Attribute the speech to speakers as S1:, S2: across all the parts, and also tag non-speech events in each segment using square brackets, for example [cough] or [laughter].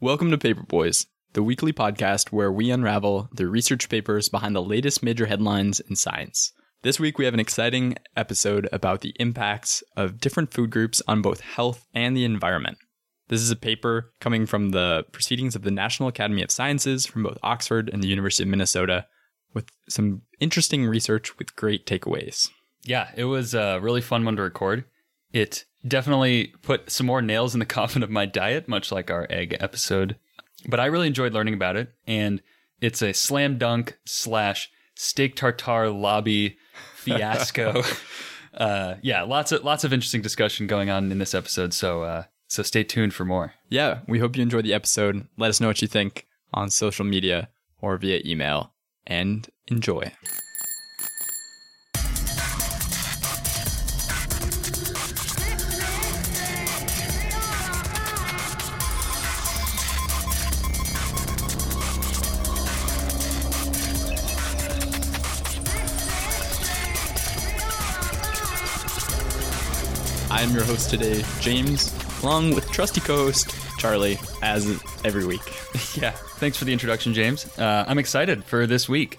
S1: Welcome to Paper Boys, the weekly podcast where we unravel the research papers behind the latest major headlines in science. This week, we have an exciting episode about the impacts of different food groups on both health and the environment. This is a paper coming from the Proceedings of the National Academy of Sciences from both Oxford and the University of Minnesota with some interesting research with great takeaways.
S2: Yeah, it was a really fun one to record. It definitely put some more nails in the [laughs] coffin of my diet, much like our egg episode. But I really enjoyed learning about it, and it's a slam dunk slash steak tartare lobby fiasco. uh, yeah, lots of lots of interesting discussion going on in this episode. So uh, so stay tuned for more.
S1: Yeah, we hope you enjoyed the episode. Let us know what you think on social media or via email, and enjoy. I'm your host today, James, along with trusty co host Charlie, as every week. [laughs]
S2: Yeah, thanks for the introduction, James. Uh, I'm excited for this week.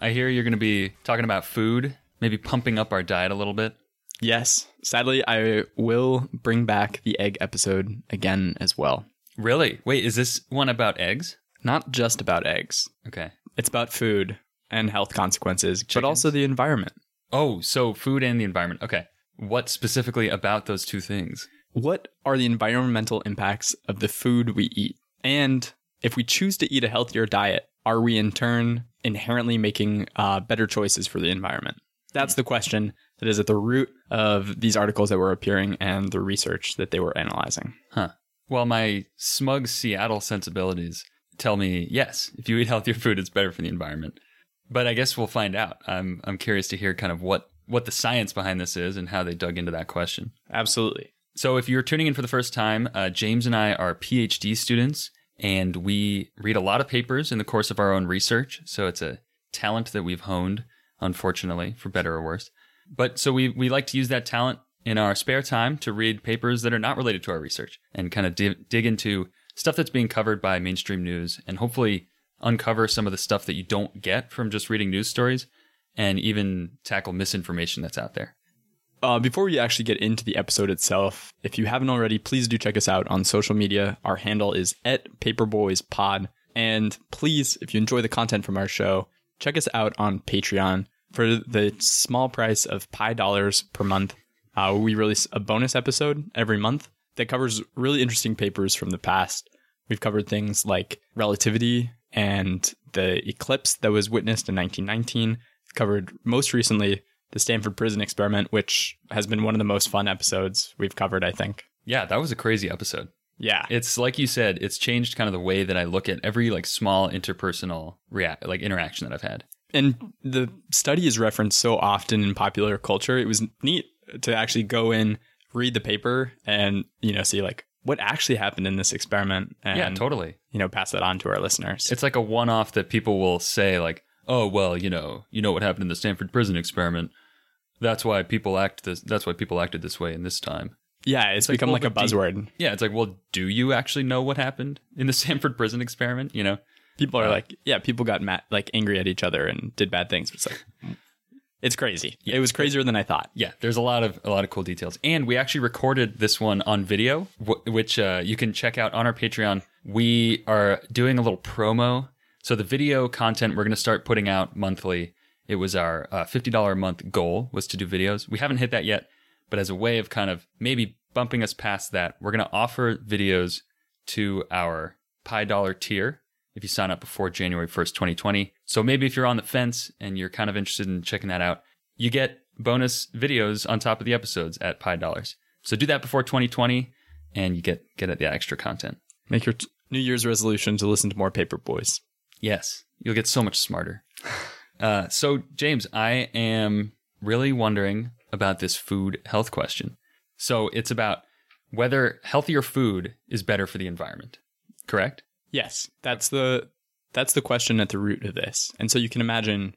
S2: I hear you're going to be talking about food, maybe pumping up our diet a little bit.
S1: Yes, sadly, I will bring back the egg episode again as well.
S2: Really? Wait, is this one about eggs?
S1: Not just about eggs,
S2: Okay.
S1: it's about food and health consequences, but
S2: Chickens.
S1: also the environment.
S2: Oh, so food and the environment. Okay. What specifically about those two things?
S1: What are the environmental impacts of the food we eat? And if we choose to eat a healthier diet, are we in turn inherently making uh, better choices for the environment? That's the question that is at the root of these articles that were appearing and the research that they were analyzing.
S2: Well, my smug Seattle sensibilities tell me yes, if you eat healthier food, it's better for the environment. But I guess we'll find out. I'm I'm curious to hear kind of what what the science behind this is and how they dug into that question.
S1: Absolutely.
S2: So, if you're tuning in for the first time, uh, James and I are PhD students, and we read a lot of papers in the course of our own research. So, it's a talent that we've honed, unfortunately, for better or worse. But so we we like to use that talent in our spare time to read papers that are not related to our research and kind of dig, dig into stuff that's being covered by mainstream news, and hopefully uncover some of the stuff that you don't get from just reading news stories, and even tackle misinformation that's out there.
S1: Uh, before we actually get into the episode itself, if you haven't already, please do check us out on social media. Our handle is at PaperboysPod. And please, if you enjoy the content from our show, check us out on Patreon for the small price of Pi dollars per month. Uh, we release a bonus episode every month that covers really interesting papers from the past. We've covered things like relativity and the eclipse that was witnessed in 1919. Covered most recently the Stanford Prison Experiment, which has been one of the most fun episodes we've covered, I think.
S2: Yeah, that was a crazy episode.
S1: Yeah.
S2: it's like you said it's changed kind of the way that i look at every like small interpersonal react like interaction that i've had
S1: And the study is referenced so often in popular culture. It was neat to actually go in, read the paper, and, you know, see like what actually happened in this experiment and,
S2: yeah totally
S1: you know, pass that on to our listeners.
S2: it's like a one-off that people will say like oh well you know you know what happened in the stanford prison experiment that's why people act this that's why people acted this way in this time
S1: yeah, it's, become
S2: well,
S1: like a
S2: but do-
S1: buzzword.
S2: yeah it's like well do you actually know what happened in the [laughs] stanford prison experiment you know
S1: people are like, yeah, people got mad, like angry at each other and did bad things. It's like, it's crazy. It was crazier than I thought.
S2: yeah there's a lot of a lot of cool details and we actually recorded this one on video wh- which uh, you can check out on our patreon we are doing a little promo so the video content we're going to start putting out monthly it was our uh, $50 a month goal was to do videos we haven't hit that yet but as a way of kind of maybe bumping us past that we're going to offer videos to our Pi Dollar tier if you sign up before January 1st, 2020. So maybe if you're on the fence and you're kind of interested in checking that out, you get bonus videos on top of the episodes at Pi Dollars. So do that before 2020 and you get get the extra content.
S1: Make your t- New Year's resolution to listen to more Paper Boys.
S2: Yes, you'll get so much smarter. Uh, so, James, I am really wondering about this food health question. So, it's about whether healthier food is better for the environment, correct?
S1: Yes, that's the that's the question at the root of this. And so you can imagine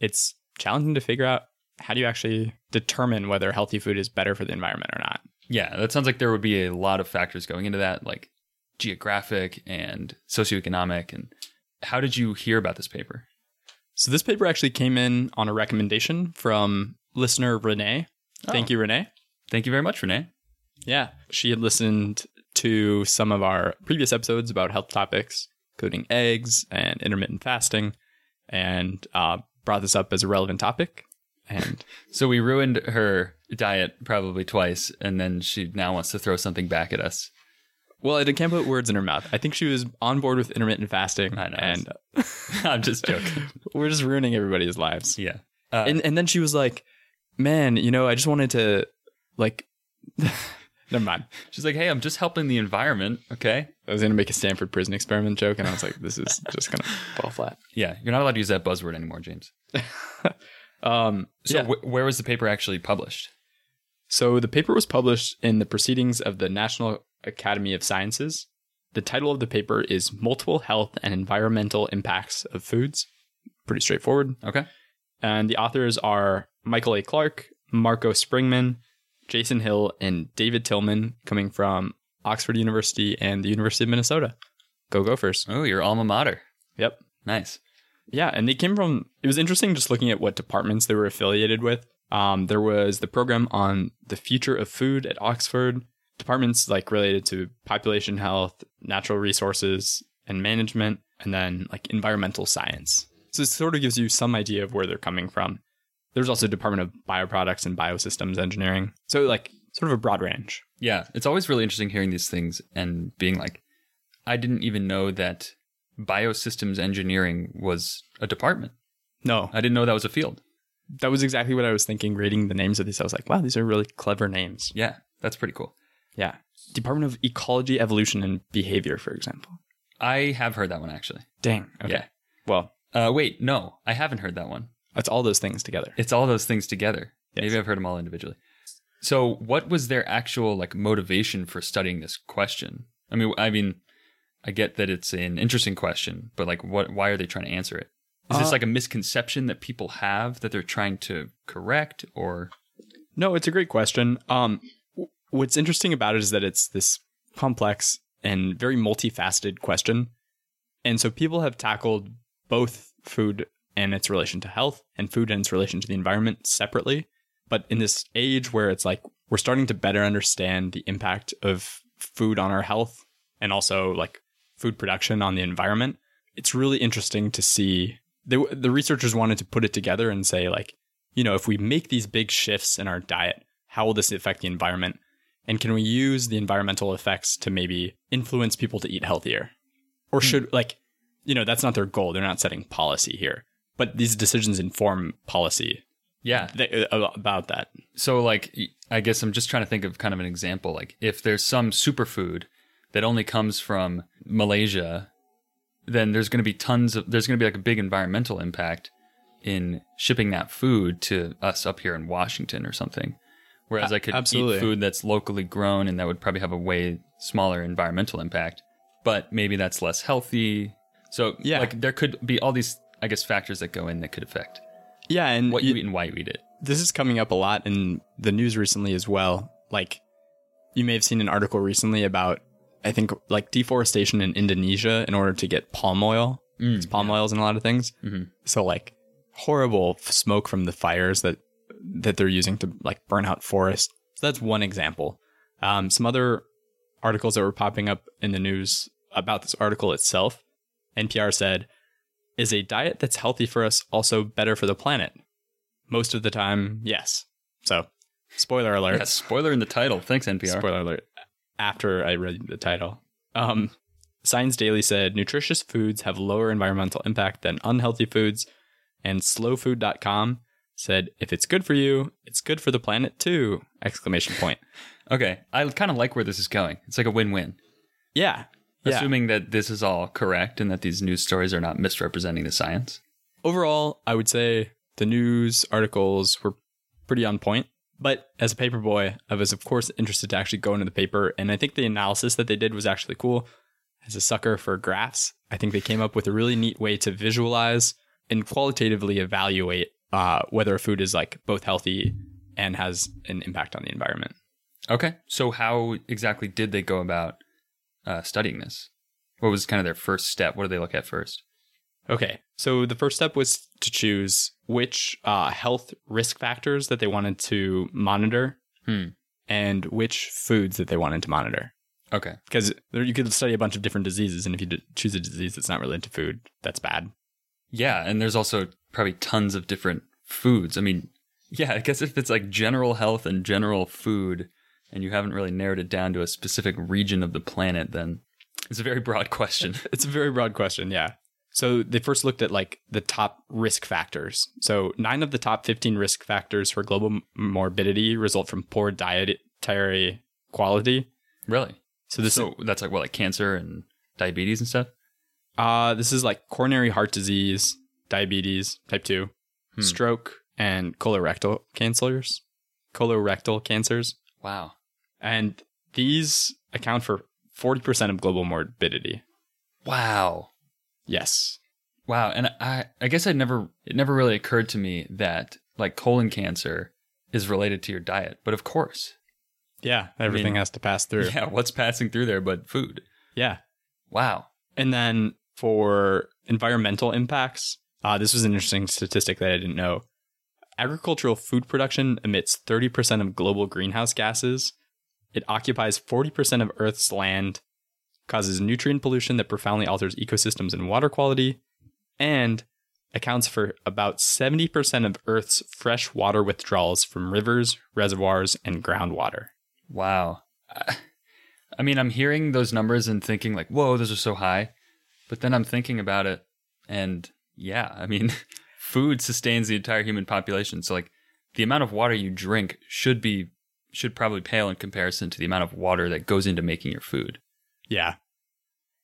S1: it's challenging to figure out how do you actually determine whether healthy food is better for the environment or not.
S2: Yeah, that sounds like there would be a lot of factors going into that, like geographic and socioeconomic. And how did you hear about this paper?
S1: So this paper actually came in on a recommendation from listener Renee. Thank
S2: Oh.
S1: you, Renee.
S2: Thank you very much, Renee.
S1: Yeah, she had listened to some of our previous episodes about health topics, including eggs and intermittent fasting, and uh, brought this up as a relevant topic. And
S2: So we ruined her diet probably twice, and then she now wants to throw something back at us.
S1: well, I can't put words in her mouth. I think she was on board with intermittent fasting,
S2: I know.
S1: and
S2: [laughs] I'm just [laughs] joking.
S1: [laughs] we're just ruining everybody's lives.
S2: Yeah. Uh,
S1: And and then she was like, "Man, you know, I just wanted to like." [laughs] Never mind.
S2: she's like, hey, I'm just helping the environment. Okay.
S1: I was gonna make a Stanford prison experiment joke, and I was like, "This is just
S2: [laughs]
S1: gonna fall flat."
S2: Yeah. You're not allowed to use that buzzword anymore, [laughs] James.
S1: Um,
S2: So
S1: yeah.
S2: wh- where was the paper actually published?
S1: So the paper was published in the Proceedings of the National Academy of Sciences. The title of the paper is Multiple Health and Environmental Impacts of Foods. Pretty straightforward.
S2: Okay.
S1: And the authors are Michael A. Clark, Marco Springman, Jason Hill, and David Tillman, coming from Oxford University and the University of Minnesota. Go Gophers.
S2: Oh, your alma mater.
S1: Yep.
S2: Nice.
S1: Yeah, and they came from. It was interesting just looking at what departments they were affiliated with. Um, there was the program on the future of food at Oxford. Departments like related to population health, natural resources, and management, and then like environmental science. So it sort of gives you some idea of where they're coming from. There's also Department of Bioproducts and Biosystems Engineering. So like sort of a broad range.
S2: Yeah, it's always really interesting hearing these things and being like, I didn't even know that biosystems engineering was a department.
S1: No,
S2: I didn't know that was a field.
S1: that was exactly what I was thinking. Reading the names of these, I was like, wow, these are really clever names.
S2: Yeah, that's pretty cool.
S1: Yeah. Department of Ecology, Evolution, and Behavior, for example.
S2: I have heard that one actually.
S1: Dang. Okay.
S2: Yeah.
S1: Well,
S2: Uh, wait, no, I haven't heard that one.
S1: that's all those things together.
S2: It's all those things together.
S1: Yes.
S2: Maybe I've heard them all individually. So, what was their actual like motivation for studying this question? I mean, I mean, I get that it's an interesting question, but like, what? Why are they trying to answer it? Is
S1: Uh,
S2: this like a misconception that people have that they're trying to correct, or
S1: No, it's a great question. Um, w- what's interesting about it is that it's this complex and very multifaceted question. And so people have tackled both food and its relation to health and food and its relation to the environment separately. But in this age where it's like we're starting to better understand the impact of food on our health and also like food production on the environment, it's really interesting to see. They, the researchers wanted to put it together and say, like, you know, if we make these big shifts in our diet, how will this affect the environment? And can we use the environmental effects to maybe influence people to eat healthier? Or should, like, you know, that's not their goal. They're not setting policy here, but these decisions inform policy
S2: yeah?
S1: th- about that.
S2: So, like, I guess I'm just trying to think of kind of an example. Like, if there's some superfood that only comes from Malaysia, then there's going to be tons of, there's going to be like a big environmental impact in shipping that food to us up here in Washington or something. Whereas
S1: A-
S2: I could
S1: absolutely.
S2: eat food that's locally grown and that would probably have a way smaller environmental impact, but maybe that's less healthy. So,
S1: Yeah.
S2: like, there could be all these, I guess, factors that go in that could affect
S1: Yeah. And
S2: what
S1: you-
S2: you eat and why you eat it.
S1: this is coming up a lot in the news recently as well. Like you may have seen an article recently about I think like deforestation in Indonesia in order to get palm oil.
S2: Mm-hmm.
S1: it's palm oils and a lot of things.
S2: Mhm.
S1: So like horrible f- smoke from the fires that that they're using to like burn out forests. So that's one example. Um, some other articles that were popping up in the news about this article itself. NPR said, "Is a diet that's healthy for us also better for the planet?" most of the time, yes. So, spoiler alert.
S2: Yeah, spoiler in the title. Thanks, NPR.
S1: Spoiler alert. After I read the title, um, Science Daily said nutritious foods have lower environmental impact than unhealthy foods, and slowfood.com said if it's good for you, it's good for the planet too! Exclamation point.
S2: Okay, I kind of like where this is going. It's like a win-win.
S1: Yeah, yeah.
S2: Assuming that this is all correct and that these news stories are not misrepresenting the science.
S1: overall, I would say the news articles were pretty on point. But as a paper boy, I was of course interested to actually go into the paper, and I think the analysis that they did was actually cool. As a sucker for graphs, I think they came up with a really neat way to visualize and qualitatively evaluate uh, whether a food is like both healthy and has an impact on the environment.
S2: Okay, so how exactly did they go about uh, studying this? What was kind of their first step? What do they look at first?
S1: Okay, so the first step was to choose which uh, health risk factors that they wanted to monitor
S2: Hmm.
S1: and which foods that they wanted to monitor.
S2: Okay.
S1: Because there- you could study a bunch of different diseases, and if you d- choose a disease that's not related to food, that's
S2: [laughs]
S1: bad.
S2: Yeah, and there's also probably tons of different foods. I mean, [laughs] yeah, I guess if it's like general health and general food, and you haven't really narrowed it down to a specific region of the planet, then it's a very broad [laughs] question.
S1: It's a very broad question, yeah. So they first looked at like the top risk factors. So nine of the top 15 risk factors for global m- morbidity result from poor dietary quality.
S2: really?
S1: So this
S2: so that's like what, like cancer and diabetes and stuff.
S1: Uh, this is like coronary heart disease, diabetes, type 2,
S2: Hmm.
S1: stroke, and colorectal cancers. Colorectal cancers.
S2: Wow.
S1: And these account for 40% of global morbidity.
S2: Wow.
S1: Yes.
S2: Wow, and I I guess I never it never really occurred to me that like colon cancer is related to your diet, but of course.
S1: Yeah. Everything has to pass [laughs] through. Yeah.
S2: [laughs] Yeah, what's passing through there but food? Wow.
S1: And then for environmental impacts, uh, this was an interesting statistic that I didn't know. Agricultural food production emits 30% of global greenhouse gases. It occupies 40% of Earth's land, causes nutrient pollution that profoundly alters ecosystems and water quality, and accounts for about 70% of Earth's fresh water withdrawals from rivers, reservoirs, and groundwater.
S2: Wow. I- I mean, I'm hearing those numbers and thinking like, "Whoa, those are so high." But then I'm thinking about it and yeah, I mean, [laughs] food sustains the entire human population. So like the amount of water you drink should be should probably pale in comparison to the amount of water that goes into making your food.
S1: Yeah,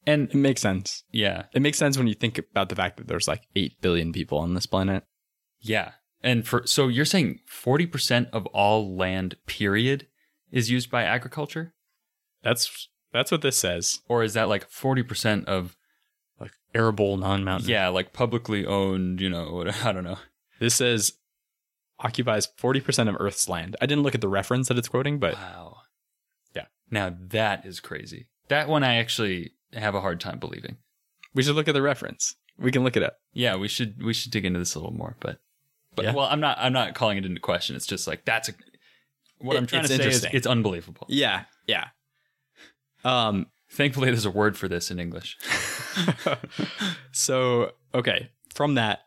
S2: And
S1: it makes sense.
S2: yeah,
S1: It makes sense when you think about the fact that there's like 8 billion people on this planet.
S2: Yeah. And for so you're saying 40% of all land period is used by agriculture
S1: That's that's what this says.
S2: or is that like 40% of
S1: Like arable non-mountain.
S2: yeah, like publicly owned, you know, [laughs] what- I don't know.
S1: This says occupies 40% of Earth's land. I didn't look at the reference that it's quoting, but
S2: Wow.
S1: Yeah.
S2: Now that is crazy. That one I actually have a hard time believing.
S1: we should look at the reference. We can look it up.
S2: Yeah, we should we should dig into this a little more, but but
S1: Yeah.
S2: well, I'm not I'm not calling it into question. It's just like that's a what
S1: It-
S2: I'm trying
S1: it's
S2: to say is
S1: interesting.
S2: it's unbelievable.
S1: Yeah. Yeah. Um
S2: Thankfully there's a word for this in English. [laughs]
S1: so, okay, from that,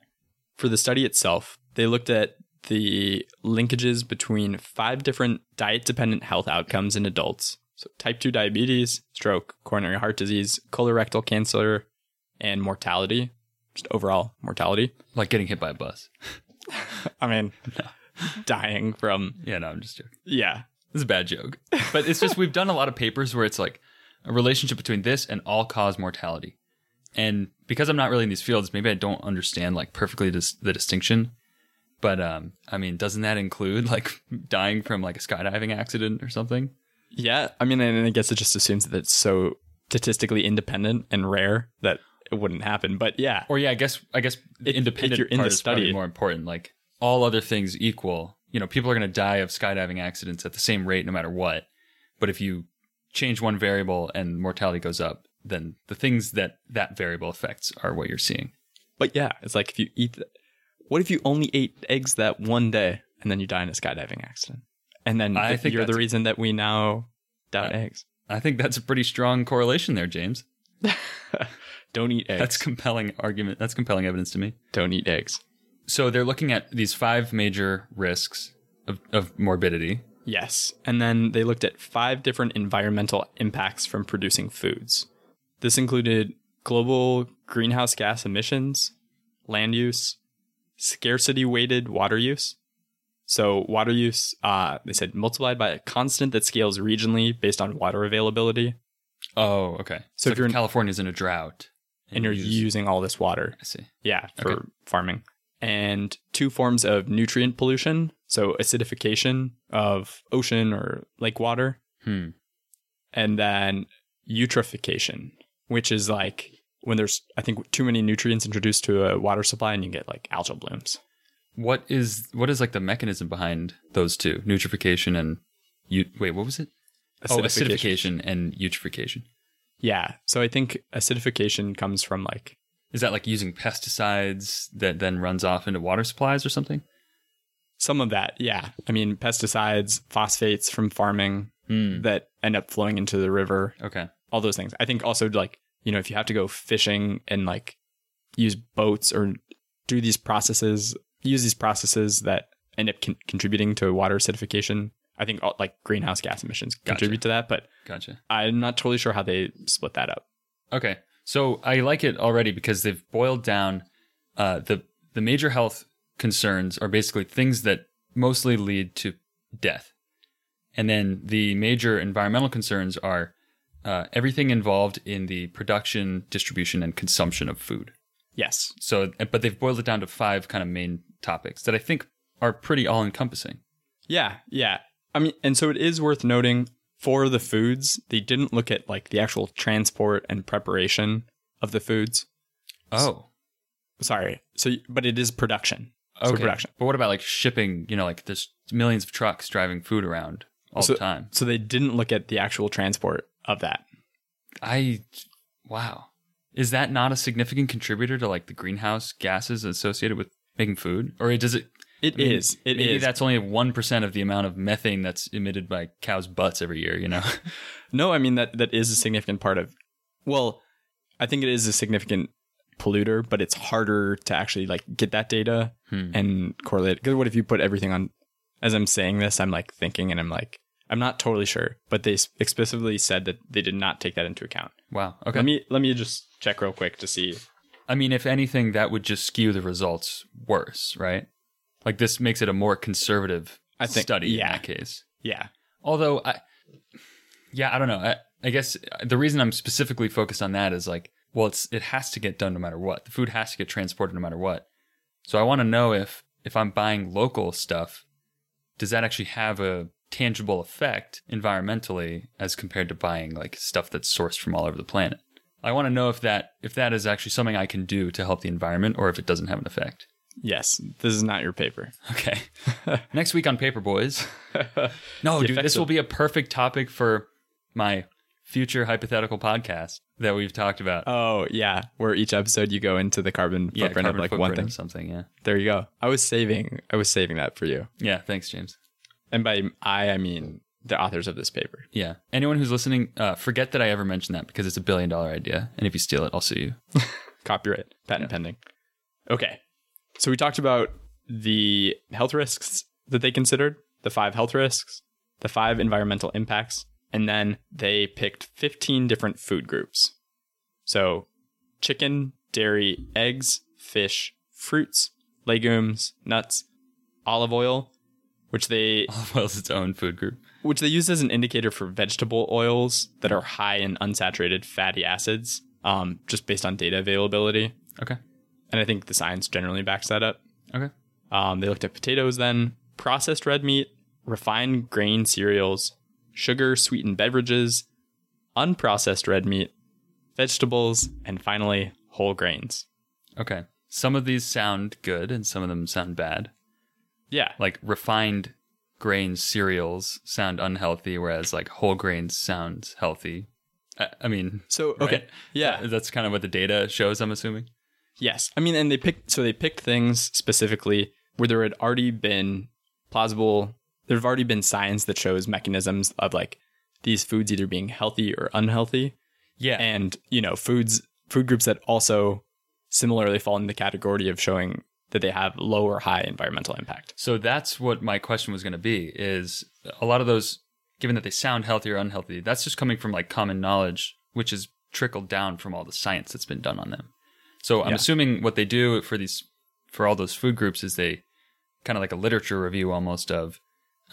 S1: for the study itself, they looked at the linkages between five different diet dependent health outcomes in adults. So, type 2 diabetes, stroke, coronary heart disease, colorectal cancer, and mortality, just overall mortality.
S2: like getting hit by a bus.
S1: I mean, dying from,
S2: Yeah, no, I'm just joking.
S1: yeah,
S2: This is a bad joke. But it's just we've done a lot of papers where it's like a relationship between this and all cause mortality. And because I'm not really in these fields, maybe I don't understand like perfectly dis- the distinction. But um, I mean, doesn't that include like [laughs] dying from like a skydiving accident or something?
S1: yeah. I mean, and I guess it just assumes that it's so statistically independent and rare that it wouldn't happen. But yeah,
S2: Or yeah, I guess I guess the
S1: If- if
S2: independent
S1: you're in
S2: part
S1: the
S2: is probably
S1: study.
S2: more important. Like all other things equal, you know, people are going to die of skydiving accidents at the same rate no matter what. But if you change one variable and mortality goes up, then the things that that variable affects are what you're seeing.
S1: But yeah, it's like if you eat, what if you only ate eggs that one day and then you die in a skydiving accident? And then
S2: I
S1: th-
S2: think
S1: you're the
S2: that's-
S1: reason that we now doubt
S2: Uh,
S1: eggs.
S2: I think that's a pretty strong correlation there, James.
S1: Don't eat eggs.
S2: That's compelling argument. That's compelling evidence to me.
S1: Don't eat eggs.
S2: So they're looking at these five major risks of, of morbidity.
S1: Yes. And then they looked at five different environmental impacts from producing foods. This included global greenhouse gas emissions, land use, scarcity weighted water use. So, water use, uh, they said multiplied by a constant that scales regionally based on water availability.
S2: Oh, okay.
S1: So
S2: So,
S1: if
S2: if
S1: you're in-
S2: California's in a drought
S1: and you're
S2: use-
S1: using all this water.
S2: I see.
S1: Yeah, for
S2: Okay.
S1: farming. And two forms of nutrient pollution, so acidification of ocean or lake water,
S2: Hmm.
S1: and then eutrophication, which is like when there's I think too many nutrients introduced to a water supply and you get like algal blooms.
S2: What is what is like the mechanism behind those two? Nutrification and you wait, what was it? Oh, acidification and Oh, eutrophication.
S1: Yeah. So I think acidification comes from like
S2: Is that like using pesticides that then runs off into water supplies or something?
S1: some of that. Yeah. I mean, pesticides, phosphates from farming
S2: Hmm.
S1: that end up flowing into the river,
S2: Okay.
S1: all those things. I think also like, you know, if you have to go fishing and like use boats or do these processes, use these processes that end up con- contributing to water acidification, I think all, like greenhouse gas emissions contribute to that, but
S2: Gotcha.
S1: I'm not totally sure how they split that up.
S2: Okay. So I like it already because they've boiled down uh, the the major health concerns are basically things that mostly lead to death, and then the major environmental concerns are uh, everything involved in the production, distribution, and consumption of food.
S1: Yes.
S2: So, but they've boiled it down to five kind of main topics that I think are pretty all encompassing.
S1: Yeah, yeah. I mean, and so it is worth noting for the foods, they didn't look at like the actual transport and preparation of the foods.
S2: Oh,
S1: Sorry. So, but it is production. So
S2: okay.
S1: production.
S2: But what about like shipping? You know, like there's millions of trucks driving food around all the time.
S1: So they didn't look at the actual transport of that.
S2: I wow. Is that not a significant contributor to like the greenhouse gases associated with making food? Or does it
S1: It is.
S2: mean,
S1: It
S2: maybe
S1: is.
S2: that's only one percent of the amount of methane that's emitted by cows' butts every year, you know? [laughs]
S1: No, I mean that that is a significant part of. Well, I think it is a significant polluter, but it's harder to actually like get that data
S2: Hmm.
S1: and correlate. Because what if you put everything on? As I'm saying this, I'm like thinking, and I'm like, I'm not totally sure, but they s- explicitly said that they did not take that into account.
S2: wow. Okay.
S1: Let me let me just check real quick to see.
S2: I mean, if anything, that would just skew the results worse, right? Like this makes it a more conservative
S1: I think-
S2: study
S1: yeah.
S2: in that case.
S1: Yeah,
S2: Although I yeah, I don't know. I, I guess the reason I'm specifically focused on that is like, well, it's it has to get done no matter what. The food has to get transported no matter what. So I want to know if if I'm buying local stuff, does that actually have a tangible effect environmentally as compared to buying like stuff that's sourced from all over the planet? I want to know if that if that is actually something I can do to help the environment or if it doesn't have an effect.
S1: yes, this is not your paper. [laughs]
S2: Okay. Next week on Paper Boys. No,
S1: The
S2: dude,
S1: effects
S2: this will
S1: of-
S2: be a perfect topic for my future hypothetical podcast that we've talked about.
S1: Oh yeah, where each episode you go into the carbon
S2: yeah,
S1: footprint of
S2: carbon
S1: like
S2: footprint
S1: one
S2: of
S1: thing.
S2: something. Yeah,
S1: There you go. I was saving. I was saving that for you.
S2: yeah. Thanks, James.
S1: And by I, I mean the authors of this paper.
S2: Yeah. Anyone who's listening, uh, forget that I ever mentioned that because it's a billion dollar idea, and if you steal it, I'll sue you. [laughs]
S1: Copyright, patent pending. Okay. So we talked about the health risks that they considered, the five health risks, the five environmental impacts, and then they picked 15 different food groups. So chicken, dairy, eggs, fish, fruits, legumes, nuts, olive oil, which they
S2: Olive oil's its own food group.
S1: which they use as an indicator for vegetable oils that are high in unsaturated fatty acids, um, just based on data availability.
S2: Okay.
S1: And I think the science generally backs that up.
S2: Okay.
S1: Um, they looked at potatoes then, processed red meat, refined grain cereals, sugar, sweetened beverages, unprocessed red meat, vegetables, and finally, whole grains.
S2: Okay. Some of these sound good, and some of them sound bad.
S1: Yeah.
S2: Like refined grain cereals sound unhealthy, whereas like whole grains sound healthy. I, I mean, [laughs]
S1: So, okay.
S2: right?
S1: Yeah.
S2: that's kind of what the data shows. I'm assuming.
S1: Yes. I mean, and they picked, so they picked things specifically where there had already been plausible, there have already been science that shows mechanisms of like these foods either being healthy or unhealthy.
S2: Yeah.
S1: And, you know, foods, food groups that also similarly fall in the category of showing that they have low or high environmental impact.
S2: so that's what my question was going to be is a lot of those given that they sound healthy or unhealthy, that's just coming from like common knowledge which is trickled down from all the science that's been done on them. So I'm
S1: Yeah.
S2: assuming what they do for these for all those food groups is they kind of like a literature review almost of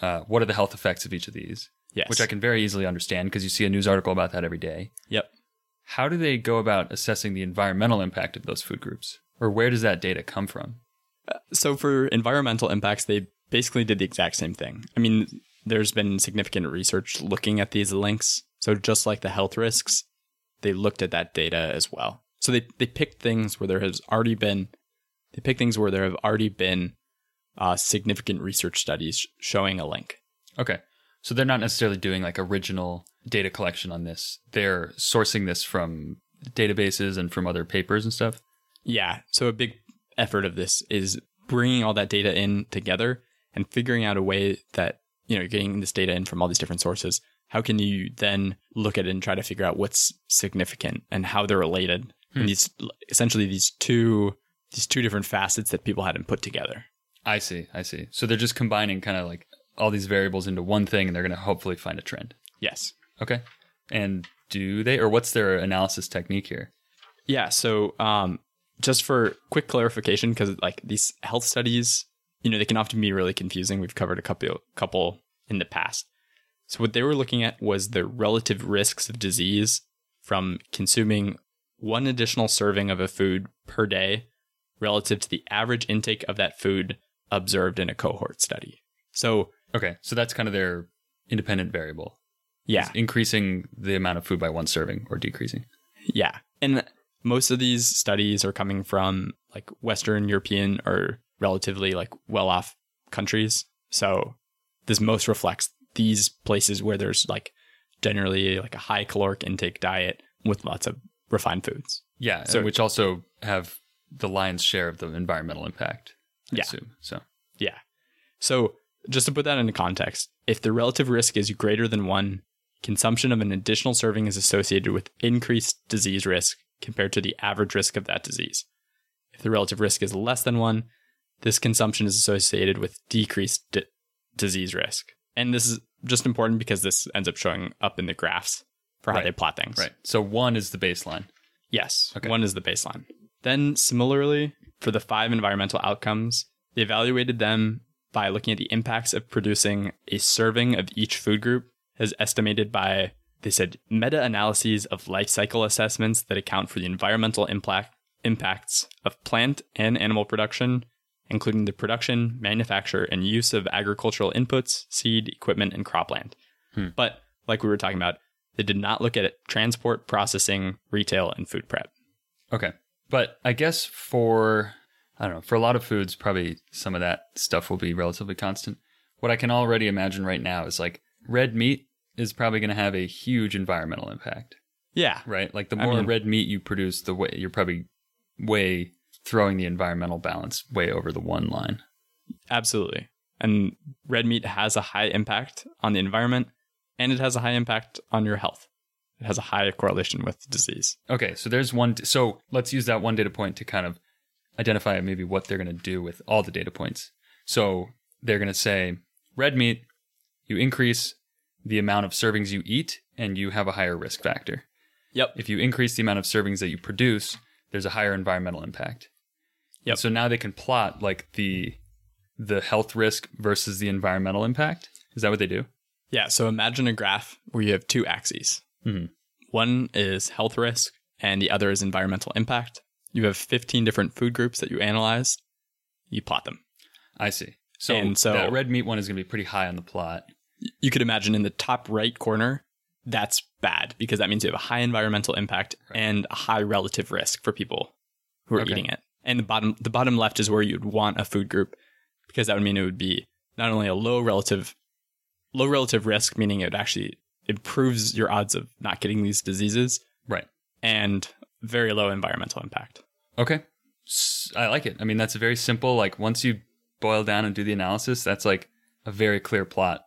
S2: uh, what are the health effects of each of these,
S1: Yes.
S2: which I can very easily understand because you see a news article about that every day.
S1: Yep.
S2: How do they go about assessing the environmental impact of those food groups, or where does that data come from?
S1: so for environmental impacts, they basically did the exact same thing. I mean, there's been significant research looking at these links. So just like the health risks, they looked at that data as well. So they, they picked things where there has already been they picked things where there have already been uh, significant research studies sh- showing a link.
S2: Okay. So they're not necessarily doing like original data collection on this. They're sourcing this from databases and from other papers and stuff.
S1: Yeah. So a big effort of this is bringing all that data in together and figuring out a way that, you know, you're getting this data in from all these different sources. How can you then look at it and try to figure out what's significant and how they're related?
S2: Hmm.
S1: And these essentially these two these two different facets that people hadn't put together.
S2: I see. I see. So they're just combining kind of like all these variables into one thing and they're going to hopefully find a trend.
S1: Yes.
S2: Okay. And do they, or what's their analysis technique here?
S1: Yeah. So, um, just for quick clarification, because like these health studies, you know, they can often be really confusing. We've covered a couple couple in the past. So what they were looking at was the relative risks of disease from consuming one additional serving of a food per day relative to the average intake of that food observed in a cohort study. So
S2: Okay. So that's kind of their independent variable.
S1: yeah,
S2: Is Increasing the amount of food by one serving or decreasing.
S1: Yeah. And most of these studies are coming from like Western European or relatively like well off countries. So this most reflects these places where there's like generally like a high caloric intake diet with lots of refined foods.
S2: Yeah.
S1: So-
S2: which also have the lion's share of the environmental impact. I
S1: Yeah.
S2: Assume. So
S1: Yeah. So just to put that into context, if the relative risk is greater than one, consumption of an additional serving is associated with increased disease risk compared to the average risk of that disease. If the relative risk is less than one, this consumption is associated with decreased di- disease risk. And this is just important because this ends up showing up in the graphs for how
S2: Right.
S1: they plot things.
S2: right. So one is the baseline.
S1: Yes.
S2: Okay.
S1: One is the baseline. Then, similarly, for the five environmental outcomes, they evaluated them by looking at the impacts of producing a serving of each food group, as estimated by, they said, meta analyses of life cycle assessments that account for the environmental impact, impacts of plant and animal production, including the production, manufacture, and use of agricultural inputs, seed, equipment, and cropland. But like we were talking about, they did not look at it, transport, processing, retail, and food prep.
S2: Okay. But I guess for, I don't know, for a lot of foods, probably some of that stuff will be relatively constant. What I can already imagine right now is like red meat is probably going to have a huge environmental impact,
S1: Yeah.
S2: right? Like the
S1: I
S2: more
S1: mean-
S2: red meat you produce, the way you're probably way throwing the environmental balance way over the one line.
S1: Absolutely. And red meat has a high impact on the environment and it has a high impact on your health. It has a high correlation with disease.
S2: Okay, so there's one. So let's use that one data point to kind of identify maybe what they're going to do with all the data points. So they're going to say red meat, you increase the amount of servings you eat, and you have a higher risk factor.
S1: Yep.
S2: If you increase the amount of servings that you produce, there's a higher environmental impact.
S1: Yep.
S2: And So now they can plot like the the health risk versus the environmental impact. Is that what they do?
S1: Yeah. So imagine a graph where you have two axes.
S2: Mhm.
S1: One is health risk and the other is environmental impact. You have 15 different food groups that you analyze. You plot them.
S2: I see. So,
S1: And so-
S2: that red meat one is going to be pretty high on the plot.
S1: you could imagine in the top right corner, that's bad because that means you have a high environmental impact
S2: Right.
S1: and a high relative risk for people who are
S2: Okay.
S1: eating it. And the bottom the bottom left is where you'd want a food group because that would mean it would be not only a low relative low relative risk, meaning it actually improves your odds of not getting these diseases
S2: Right.
S1: and very low environmental impact.
S2: Okay. S- I like it. I mean, that's very simple. Like, once you boil down and do the analysis, that's like a very clear plot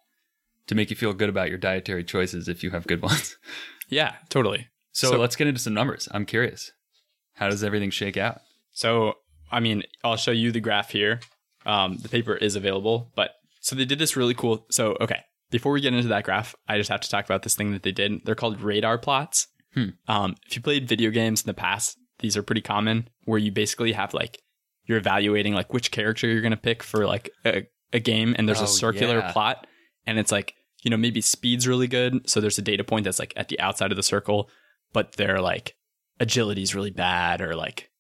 S2: to make you feel good about your dietary choices if you have good [laughs] ones.
S1: Yeah, totally.
S2: So,
S1: So-
S2: let's get into some numbers. I'm curious. How does everything shake out?
S1: So, I mean, I'll show you the graph here. Um, the paper is available, but so they did this really cool. So, okay, before we get into that graph, I just have to talk about this thing that they did. They're called radar plots.
S2: Hmm.
S1: Um, if you played video games in the past, these are pretty common, where you basically have like you're evaluating like which character you're gonna pick for like a, a game, and there's
S2: Oh,
S1: a circular
S2: yeah.
S1: plot, and it's like you know maybe speed's really good, so there's a data point that's like at the outside of the circle, but they're like agility's really bad or like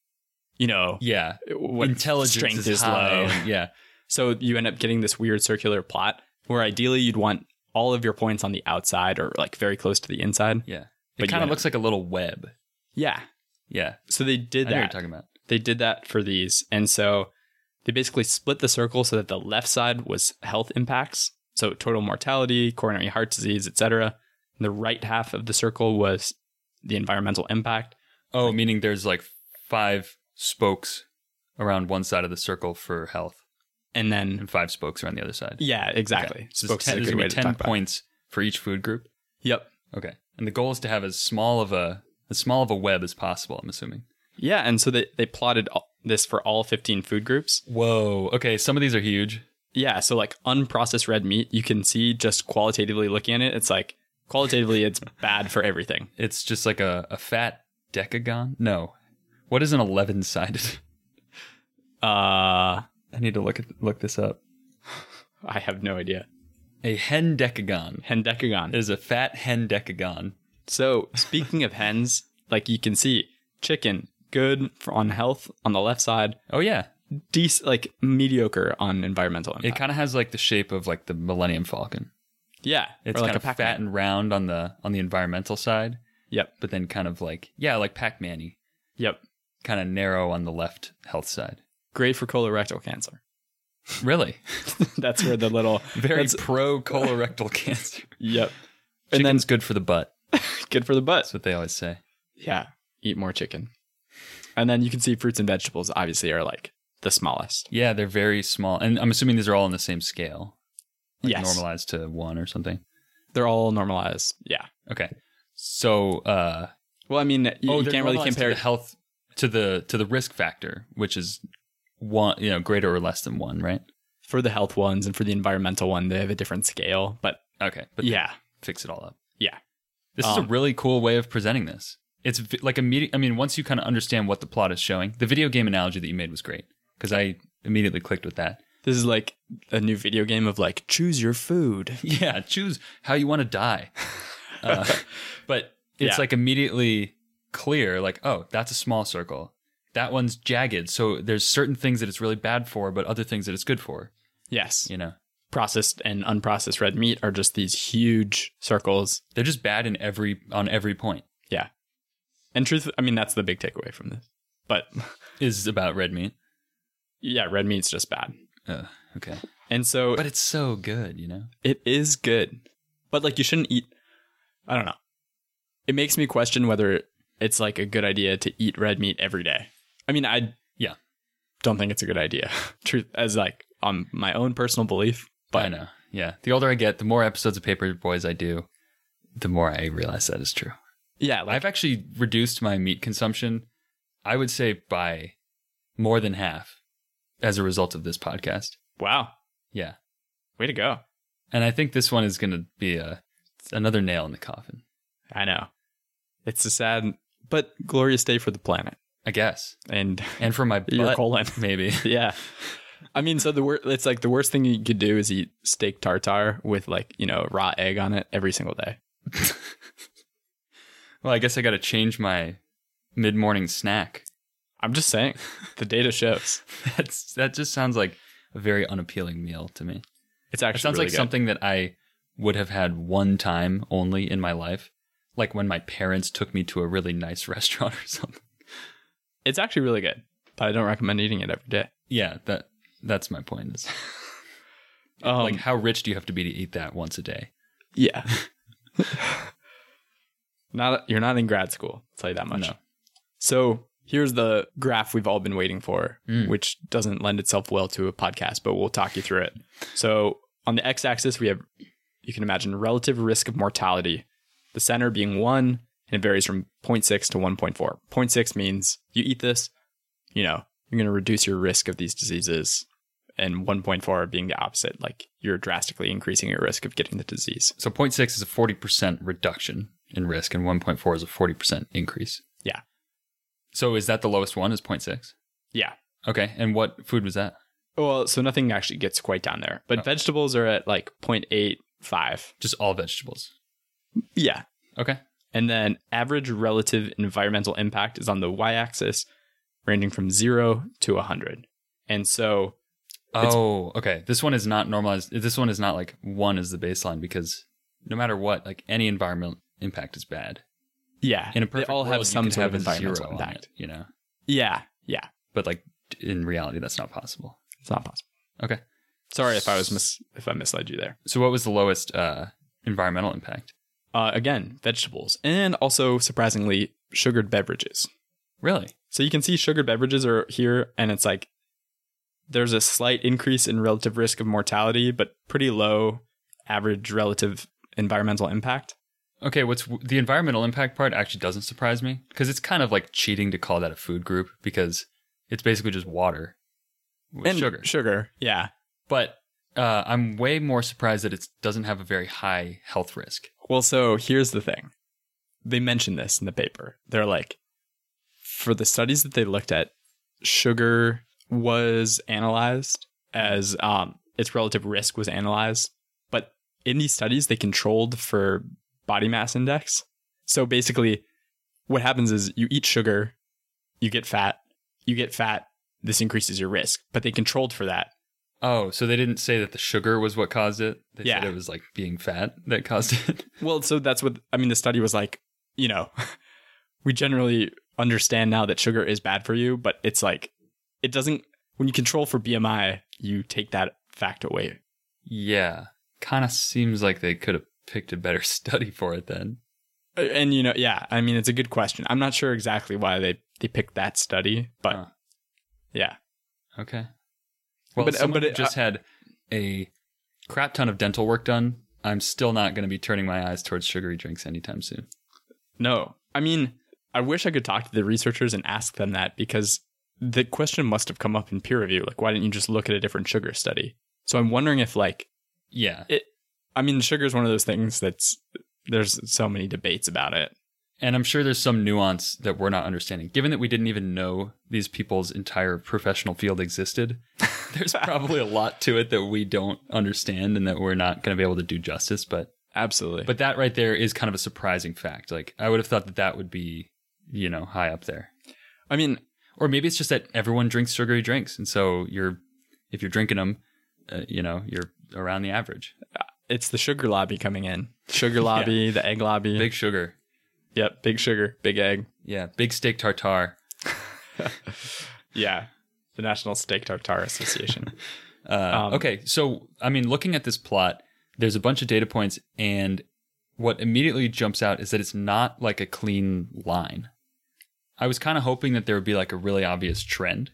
S1: you know
S2: Yeah.
S1: what
S2: Intelligence
S1: strength is,
S2: is, high.
S1: low.
S2: and- [laughs] yeah.
S1: So you end up getting this weird circular plot where ideally you'd want all of your points on the outside or like very close to the inside.
S2: Yeah.
S1: But
S2: It
S1: you
S2: kind of
S1: end
S2: looks like a little web.
S1: Yeah.
S2: Yeah.
S1: So they
S2: I
S1: did
S2: know what you're
S1: that.
S2: talking about.
S1: They did that for these. And so they basically split the circle so that the left side was health impacts So total mortality, coronary heart disease, etc. The right half of the circle was the environmental impact.
S2: Oh, meaning there's like five spokes around one side of the circle for health,
S1: And then
S2: and five spokes around the other side.
S1: yeah, exactly.
S2: So there's
S1: Spokes is
S2: ten,
S1: a
S2: there's
S1: good
S2: gonna
S1: way
S2: be
S1: to
S2: ten
S1: talk about it.
S2: points for each food group.
S1: Yep.
S2: Okay, and the goal is to have as small of a as small of a web as possible. I'm assuming.
S1: Yeah, and so they, they plotted all, this for all 15 food groups.
S2: Whoa. Okay, some of these are huge.
S1: Yeah, so like unprocessed red meat, you can see just qualitatively looking at it, it's like qualitatively [laughs] it's bad for everything.
S2: It's just like a, a fat decagon. No, what is an eleven sided?
S1: Uh
S2: [laughs] I need to look at, look this up.
S1: I have no idea.
S2: A hen decagon
S1: Hendecagon.
S2: is a fat hen decagon.
S1: So speaking of hens, like you can see chicken good for on health on the left side,
S2: Oh yeah,
S1: decent like mediocre on environmental impact.
S2: it kind of has like the shape of like the Millennium Falcon.
S1: yeah,
S2: It's
S1: or like a
S2: kind of
S1: Pac-Man.
S2: fat and round on the on the environmental side,
S1: Yep,
S2: but then kind of like yeah, like Pac Man
S1: yep.
S2: kind of narrow on the left health side.
S1: Great for colorectal cancer. [laughs]
S2: Really,
S1: that's where the [laughs] little
S2: [laughs] very
S1: that's-
S2: pro colorectal cancer.
S1: yep. And
S2: And
S1: then
S2: then's good for the butt.
S1: good for the butt.
S2: That's what they always say.
S1: Yeah, eat more chicken. And then you can see fruits and vegetables obviously are like the smallest.
S2: Yeah, they're very small, and I'm assuming these are all on the same scale, like
S1: Yes.
S2: normalized to one or something.
S1: They're all normalized. Yeah.
S2: Okay, so uh,
S1: Well, I mean, you,
S2: oh,
S1: you
S2: they're
S1: can't really
S2: normalized to
S1: compare.
S2: the health to the to the risk factor, which is one, you know, greater or less than one, right?
S1: for the health ones and for the environmental one, they have a different scale. But,
S2: Okay, but
S1: yeah,
S2: fix it all up.
S1: yeah,
S2: This is a
S1: Um,
S2: really cool way of presenting this. It's vi- like immediate. I mean, once you kind of understand what the plot is showing, the video game analogy that you made was great because I immediately clicked with that.
S1: this is like a new video game of like choose your food.
S2: Yeah, Uh, choose how you want to die. Uh, but
S1: Yeah.
S2: it's like immediately clear, like, oh, that's a small circle. That one's jagged. So there's certain things that it's really bad for, but other things that it's good for,
S1: Yes,
S2: you know?
S1: processed and unprocessed red meat are just these huge circles.
S2: They're just bad in every on every point.
S1: Yeah, and truth. I mean, that's the big takeaway from this. But [laughs]
S2: Is about red meat.
S1: yeah, red meat's just bad.
S2: Uh, okay.
S1: And so
S2: But it's so good, you know?
S1: It is good, but like you shouldn't eat. I don't know. It makes me question whether it's like a good idea to eat red meat every day. I mean, I
S2: Yeah.
S1: don't think it's a good idea. [laughs] Truth as like on my own personal belief, but
S2: I know. Yeah. The older I get, the more episodes of Paper Boys I do, the more I realize that is true.
S1: yeah, like
S2: I've actually reduced my meat consumption, I would say by more than half as a result of this podcast.
S1: wow,
S2: Yeah.
S1: way to go.
S2: And I think this one is going to be a, another nail in the coffin,
S1: I know. It's a sad but glorious day for the planet
S2: I guess.
S1: and [laughs]
S2: And for my
S1: your
S2: butt,
S1: colon. [laughs]
S2: maybe. [laughs]
S1: yeah. I mean, so the wor- it's like the worst thing you could do is eat steak tartare with like, you know, raw egg on it every single day.
S2: Well, I guess I got to change my mid morning snack. [laughs]
S1: I'm just saying, the data shows.
S2: That's That just sounds like a very unappealing meal to me.
S1: [laughs] It's
S2: It
S1: actually
S2: sounds
S1: really
S2: like
S1: good.
S2: something that I would have had one time only in my life, like when my parents took me to a really nice [laughs] restaurant or something.
S1: It's actually really good, but I don't recommend eating it every day.
S2: Yeah, that that's my point. Is
S1: [laughs] Um,
S2: like how rich do you have to be to eat that once a day?
S1: yeah. [laughs] not you're not in grad school. I'll tell you that much.
S2: No.
S1: So here's the graph we've all been waiting for,
S2: Mm.
S1: which doesn't lend itself well to a podcast, but we'll talk you through it. So on the x-axis, we have you can imagine relative risk of mortality. The center being one, and it varies from 0.6 to 1.4. 0.6 means you eat this, you know, you're going to reduce your risk of these diseases, and 1.4 being the opposite, like you're drastically increasing your risk of getting the disease.
S2: So 0.6 is a 40% reduction in risk and 1.4 is a 40% increase.
S1: Yeah.
S2: So is that the lowest one is 0.6?
S1: Yeah.
S2: Okay. And what food was that?
S1: Well, so nothing actually gets quite down there, but
S2: Oh.
S1: vegetables are at like 0.85.
S2: Just all vegetables.
S1: Yeah.
S2: Okay.
S1: And then average relative environmental impact is on the y axis, ranging from zero to 100. And so, It's-
S2: oh, okay. This one is not normalized. This one is not like 1 is the baseline because no matter what, like any environmental impact is bad.
S1: yeah,
S2: In a perfect
S1: they all have
S2: world, you
S1: some
S2: could
S1: sort of
S2: have a
S1: environmental
S2: zero on
S1: impact.
S2: it, you know.
S1: Yeah. Yeah.
S2: But like in reality that's not possible.
S1: It's not possible.
S2: Okay.
S1: Sorry if I was mis- if I misled you there.
S2: So, what was the lowest uh, environmental impact?
S1: Uh, again, vegetables and also surprisingly sugared beverages.
S2: Really?
S1: So you can see sugared beverages are here, and it's like there's a slight increase in relative risk of mortality, but pretty low average relative environmental impact.
S2: Okay, what's the environmental impact part actually doesn't surprise me because it's kind of like cheating to call that a food group because it's basically just water with
S1: and
S2: sugar.
S1: Sugar, yeah.
S2: But uh, I'm way more surprised that it doesn't have a very high health risk.
S1: Well, so here's the thing. They mention this in the paper. They're like, for the studies that they looked at, sugar was analyzed as um, its relative risk was analyzed. But in these studies, they controlled for body mass index. So basically, what happens is you eat sugar, you get fat, you get fat, this increases your risk. But they controlled for that.
S2: Oh, so they didn't say that the sugar was what caused it. They
S1: Yeah.
S2: said it was like being fat that caused [laughs] it.
S1: Well, so that's what I mean. The study was like, you know, [laughs] we generally understand now that sugar is bad for you, but it's like, it doesn't, when you control for BMI, you take that fact away.
S2: yeah. Kind of seems like they could have picked a better [laughs] study for it then.
S1: Uh, And, you know, yeah, I mean, it's a good question. I'm not sure exactly why they, they picked that study, but
S2: Huh.
S1: yeah.
S2: Okay.
S1: But-
S2: Well, but,
S1: uh,
S2: someone
S1: but
S2: who
S1: it-
S2: just had a crap ton of dental work done. I'm still not going to be turning my eyes towards sugary drinks anytime soon.
S1: No, I mean, I wish I could talk to the researchers and ask them that because the question must have come up in peer review. Like, why didn't you just look at a different sugar study? So I'm wondering if, like,
S2: Yeah.
S1: I mean, sugar is one of those things that's there's so many debates about it.
S2: And I'm sure there's some nuance that we're not understanding. Given that we didn't even know these people's entire professional field existed, there's probably a lot to it that we don't understand and that we're not going to be able to do justice. But
S1: Absolutely. But
S2: but that right there is kind of a surprising fact. Like I would have thought that that would be, you know, high up there.
S1: I mean,
S2: or maybe it's just that everyone drinks sugary drinks and so you're if you're drinking them uh, you know you're around the average
S1: it's the sugar lobby coming in. [laughs] Sugar lobby, the egg lobby.
S2: big sugar
S1: yep, big sugar, big egg.
S2: yeah big steak tartare
S1: Yeah. The National Steak Tartare Association.
S2: uh,
S1: Um,
S2: okay so i mean looking at this plot there's a bunch of data points and what immediately jumps out is that it's not like a clean line i was kind of hoping that there would be like a really obvious trend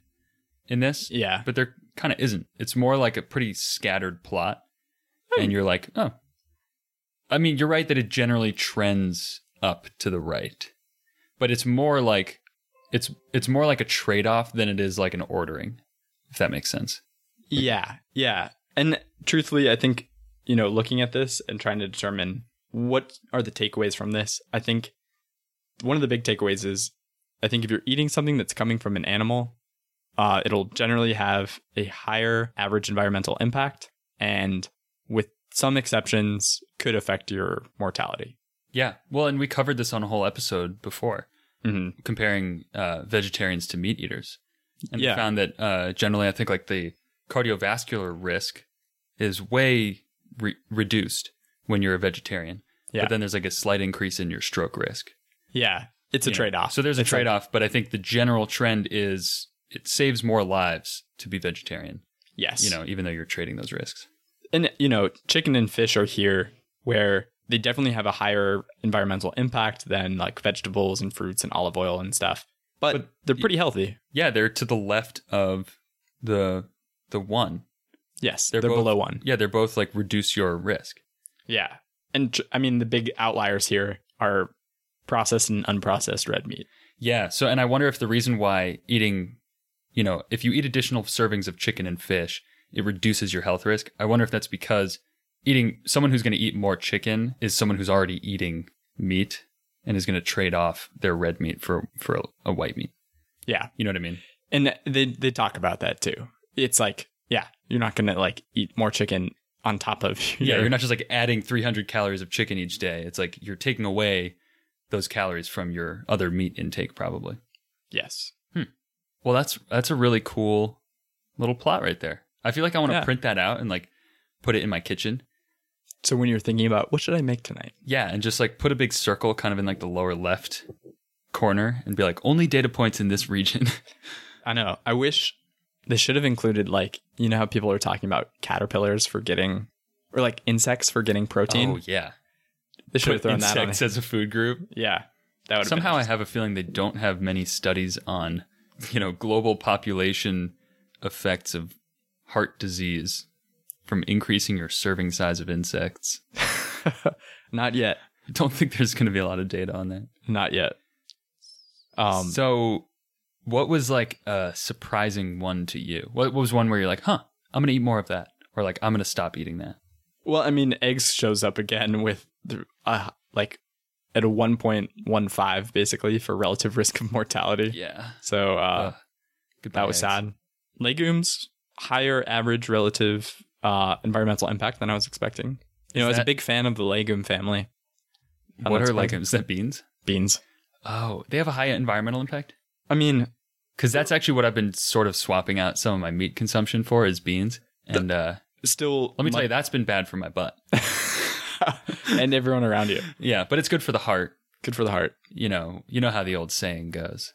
S2: in
S1: [laughs]
S2: this
S1: yeah.
S2: but there kind of isn't. It's more like a pretty scattered plot,
S1: Hmm.
S2: and you're like, oh. I mean, you're right that it generally trends up to the right, but it's more like it's it's more like a trade off than it is like an ordering, if that makes sense.
S1: Yeah. Yeah. And truthfully, I think, you know, looking at this and trying to determine what are the takeaways from this, I think one of the big takeaways is I think if you're eating something that's coming from an animal, uh, it'll generally have a higher average environmental impact and, with some exceptions, could affect your mortality.
S2: Yeah. Well, and we covered this on a whole episode before,
S1: Mm-hmm.
S2: comparing uh, vegetarians to meat eaters, and we
S1: Yeah.
S2: found that uh, generally, I think like the cardiovascular risk is way re- reduced when you're a vegetarian.
S1: Yeah.
S2: But then there's like a slight increase in your stroke risk.
S1: Yeah. It's a
S2: you know?
S1: trade off.
S2: So there's a
S1: It's like-
S2: trade off, but I think the general trend is it saves more lives to be vegetarian,
S1: yes.
S2: you know, even though you're trading those risks.
S1: and you know, chicken and fish are here where they definitely have a higher environmental impact than like vegetables and fruits and olive oil and stuff. But,
S2: But-
S1: they're pretty healthy.
S2: Yeah, they're to the left of the the one.
S1: Yes, they're,
S2: They're both-
S1: below one.
S2: Yeah, they're both like reduce your risk.
S1: Yeah, and tr- I mean the big outliers here are processed and unprocessed red meat.
S2: Yeah. So, and I wonder if the reason why eating, you know, if you eat additional servings of chicken and fish, it reduces your health risk. I wonder if that's because eating someone who's going to eat more chicken is someone who's already eating meat and is going to trade off their red meat for for a, white meat.
S1: Yeah,
S2: You know what I mean?
S1: and they they talk about that too. It's like yeah, you're not gonna like eat more chicken on top of
S2: Yeah.
S1: your-
S2: You're not just like adding 300 calories of chicken each day. It's like you're taking away those calories from your other meat intake probably.
S1: yes.
S2: Well, that's that's a really cool little plot right there. I feel like I want to
S1: Yeah.
S2: print that out and like put it in my kitchen.
S1: So when you're thinking about what should I make tonight?
S2: Yeah, and just like put a big circle kind of in like the lower left [laughs] corner and be like only data points in this region.
S1: I know. I wish They should have included like you know how people are talking about caterpillars for getting or like insects for getting protein.
S2: Oh yeah,
S1: they should have
S2: Put
S1: thrown that on.
S2: insects as a food group.
S1: Yeah, that would
S2: Somehow I
S1: Been
S2: have a feeling they don't have many studies on, you know, global population effects of heart disease from increasing your serving size of insects. [laughs]
S1: interesting. [laughs] not yet,
S2: I don't think there's going to be a lot of data on that.
S1: not yet. Um,
S2: so, what was like a surprising one to you? What what was one where you're like, "Huh, I'm going to eat more of that," or like, "I'm going to stop eating that"?
S1: Well, I mean, eggs shows up again with the- uh, like at a 1.15 basically for relative risk of mortality.
S2: Yeah,
S1: So uh,
S2: Ugh.
S1: that was sad. Legumes higher average relative uh, environmental impact than I was expecting. You know,
S2: Is
S1: I was a
S2: that-
S1: big fan of the legume family. And
S2: What
S1: that's
S2: are
S1: why-
S2: legumes? Is that beans?
S1: Beans.
S2: Oh, they have a high environmental impact.
S1: I mean,
S2: Because that's actually what I've been sort of swapping out some of my meat consumption for is beans. And uh,
S1: still.
S2: let me tell you, [laughs] that's been bad for my butt.
S1: [laughs] and everyone around you.
S2: Yeah, but it's good for the heart.
S1: Good for the heart.
S2: You know, you know how the old saying goes.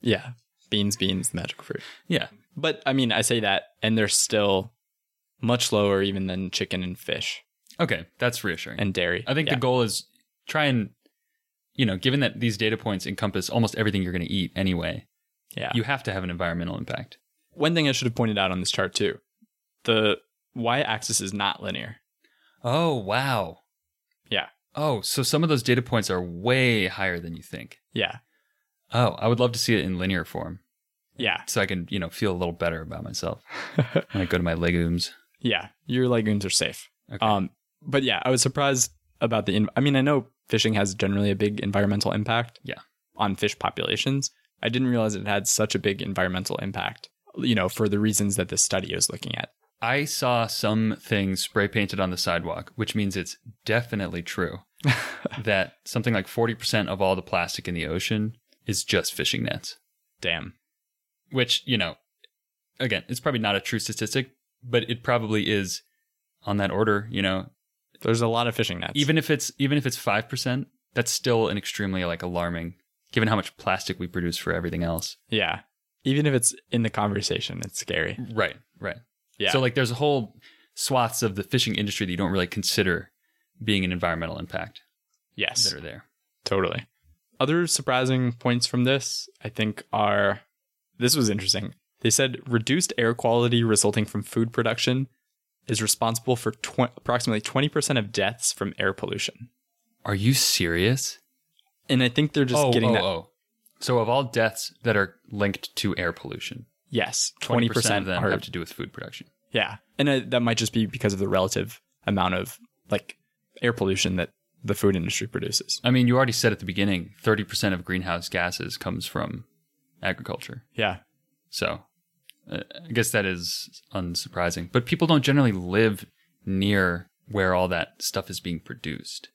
S1: Yeah. Beans, beans, the magical fruit.
S2: Yeah,
S1: But I mean, I say that, and they're still much lower even than chicken and fish
S2: okay, that's reassuring.
S1: and dairy.
S2: I think
S1: Yeah.
S2: the goal is try and you know, given that these data points encompass almost everything you're going to eat anyway,
S1: yeah.
S2: you have to have an environmental impact.
S1: One thing I should have pointed out on this chart too, the y-axis is not linear.
S2: Oh wow,
S1: Yeah.
S2: Oh, so some of those data points are way higher than you think.
S1: Yeah,
S2: Oh, I would love to see it in linear form.
S1: yeah,
S2: so I can, you know, feel a little better about [laughs] myself when I go to my legumes.
S1: yeah. Your legumes are safe.
S2: Okay.
S1: Um, but yeah, I was surprised about the. In- I mean, I know fishing has generally a big environmental impact.
S2: Yeah.
S1: On fish populations, I didn't realize it had such a big environmental impact. You know, for the reasons that this study is looking at.
S2: I saw some things spray painted on the sidewalk, which means it's definitely [laughs] true that something like 40% of all the plastic in the ocean is just fishing nets,
S1: Damn.
S2: which, you know, again, it's probably not a true statistic, but it probably is on that order, you know.
S1: There's a lot of fishing nets.
S2: Even if it's even if it's 5%, that's still an extremely like alarming given how much plastic we produce for everything else.
S1: yeah. Even if it's in the conversation, it's scary.
S2: Right, right.
S1: Yeah.
S2: So like there's a whole swaths of the fishing industry that you don't really consider being an environmental impact
S1: yes.
S2: that are there.
S1: Totally. Other surprising points from this, I think, are this was interesting. They said reduced air quality resulting from food production is responsible for tw- approximately 20% of deaths from air pollution.
S2: Are you serious?
S1: And I think they're just
S2: oh,
S1: getting
S2: oh,
S1: that.
S2: oh. So of all deaths that are linked to air pollution,
S1: Yes,
S2: 20%
S1: 20%,
S2: of them
S1: are.
S2: have to do with food production.
S1: yeah. And uh, that might just be because of the relative amount of like air pollution that the food industry produces.
S2: I mean, you already said at the beginning, 30% of greenhouse gases comes from agriculture.
S1: Yeah.
S2: So uh, I guess that is unsurprising. But people don't generally live near where all that stuff is being produced.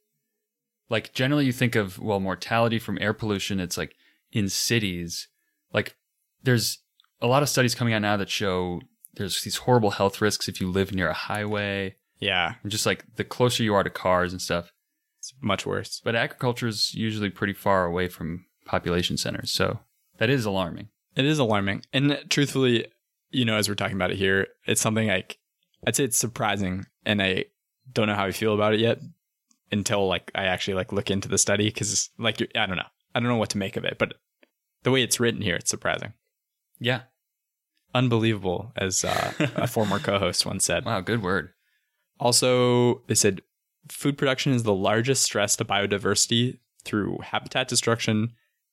S2: Like, generally, you think of, well, mortality from air pollution, it's like in cities. Like, there's a lot of studies coming out now that show there's these horrible health risks if you live near a highway
S1: Yeah.
S2: and just like the closer you are to cars and stuff.
S1: It's much worse.
S2: But agriculture is usually pretty far away from population centers. So that is alarming.
S1: It is alarming. And truthfully, you know, as we're talking about it here, it's something like I'd say it's surprising and I don't know how I feel about it yet until like I actually like look into the study cuz like you I don't know. I don't know what to make of it, but the way it's written here, it's surprising.
S2: Yeah.
S1: Unbelievable as uh, a former co-host once said.
S2: Wow. Good word.
S1: Also, they said food production is the largest stress to biodiversity through habitat destruction,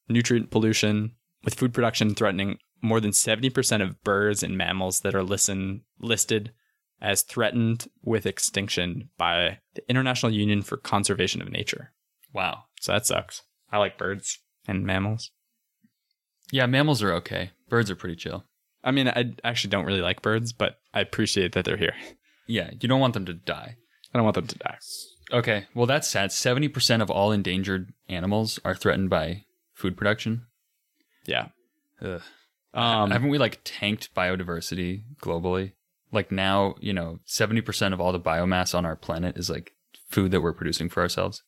S1: nutrient pollution, with food production threatening more than 70% of birds and mammals that are listen, listed as threatened with extinction by the International Union for Conservation of Nature.
S2: Wow.
S1: So that sucks. I like birds and mammals.
S2: Yeah, mammals are okay. Birds are pretty chill.
S1: I mean, I actually don't really like birds, but I appreciate that they're here. [laughs]
S2: Yeah, you don't want them to die.
S1: I don't want them to die.
S2: Okay, well, that's sad. 70% of all endangered animals are threatened by food production.
S1: Yeah.
S2: Ugh.
S1: Um,
S2: Haven't we like tanked biodiversity globally? Like now, you know, 70% of all the biomass on our planet is like food that we're producing for ourselves.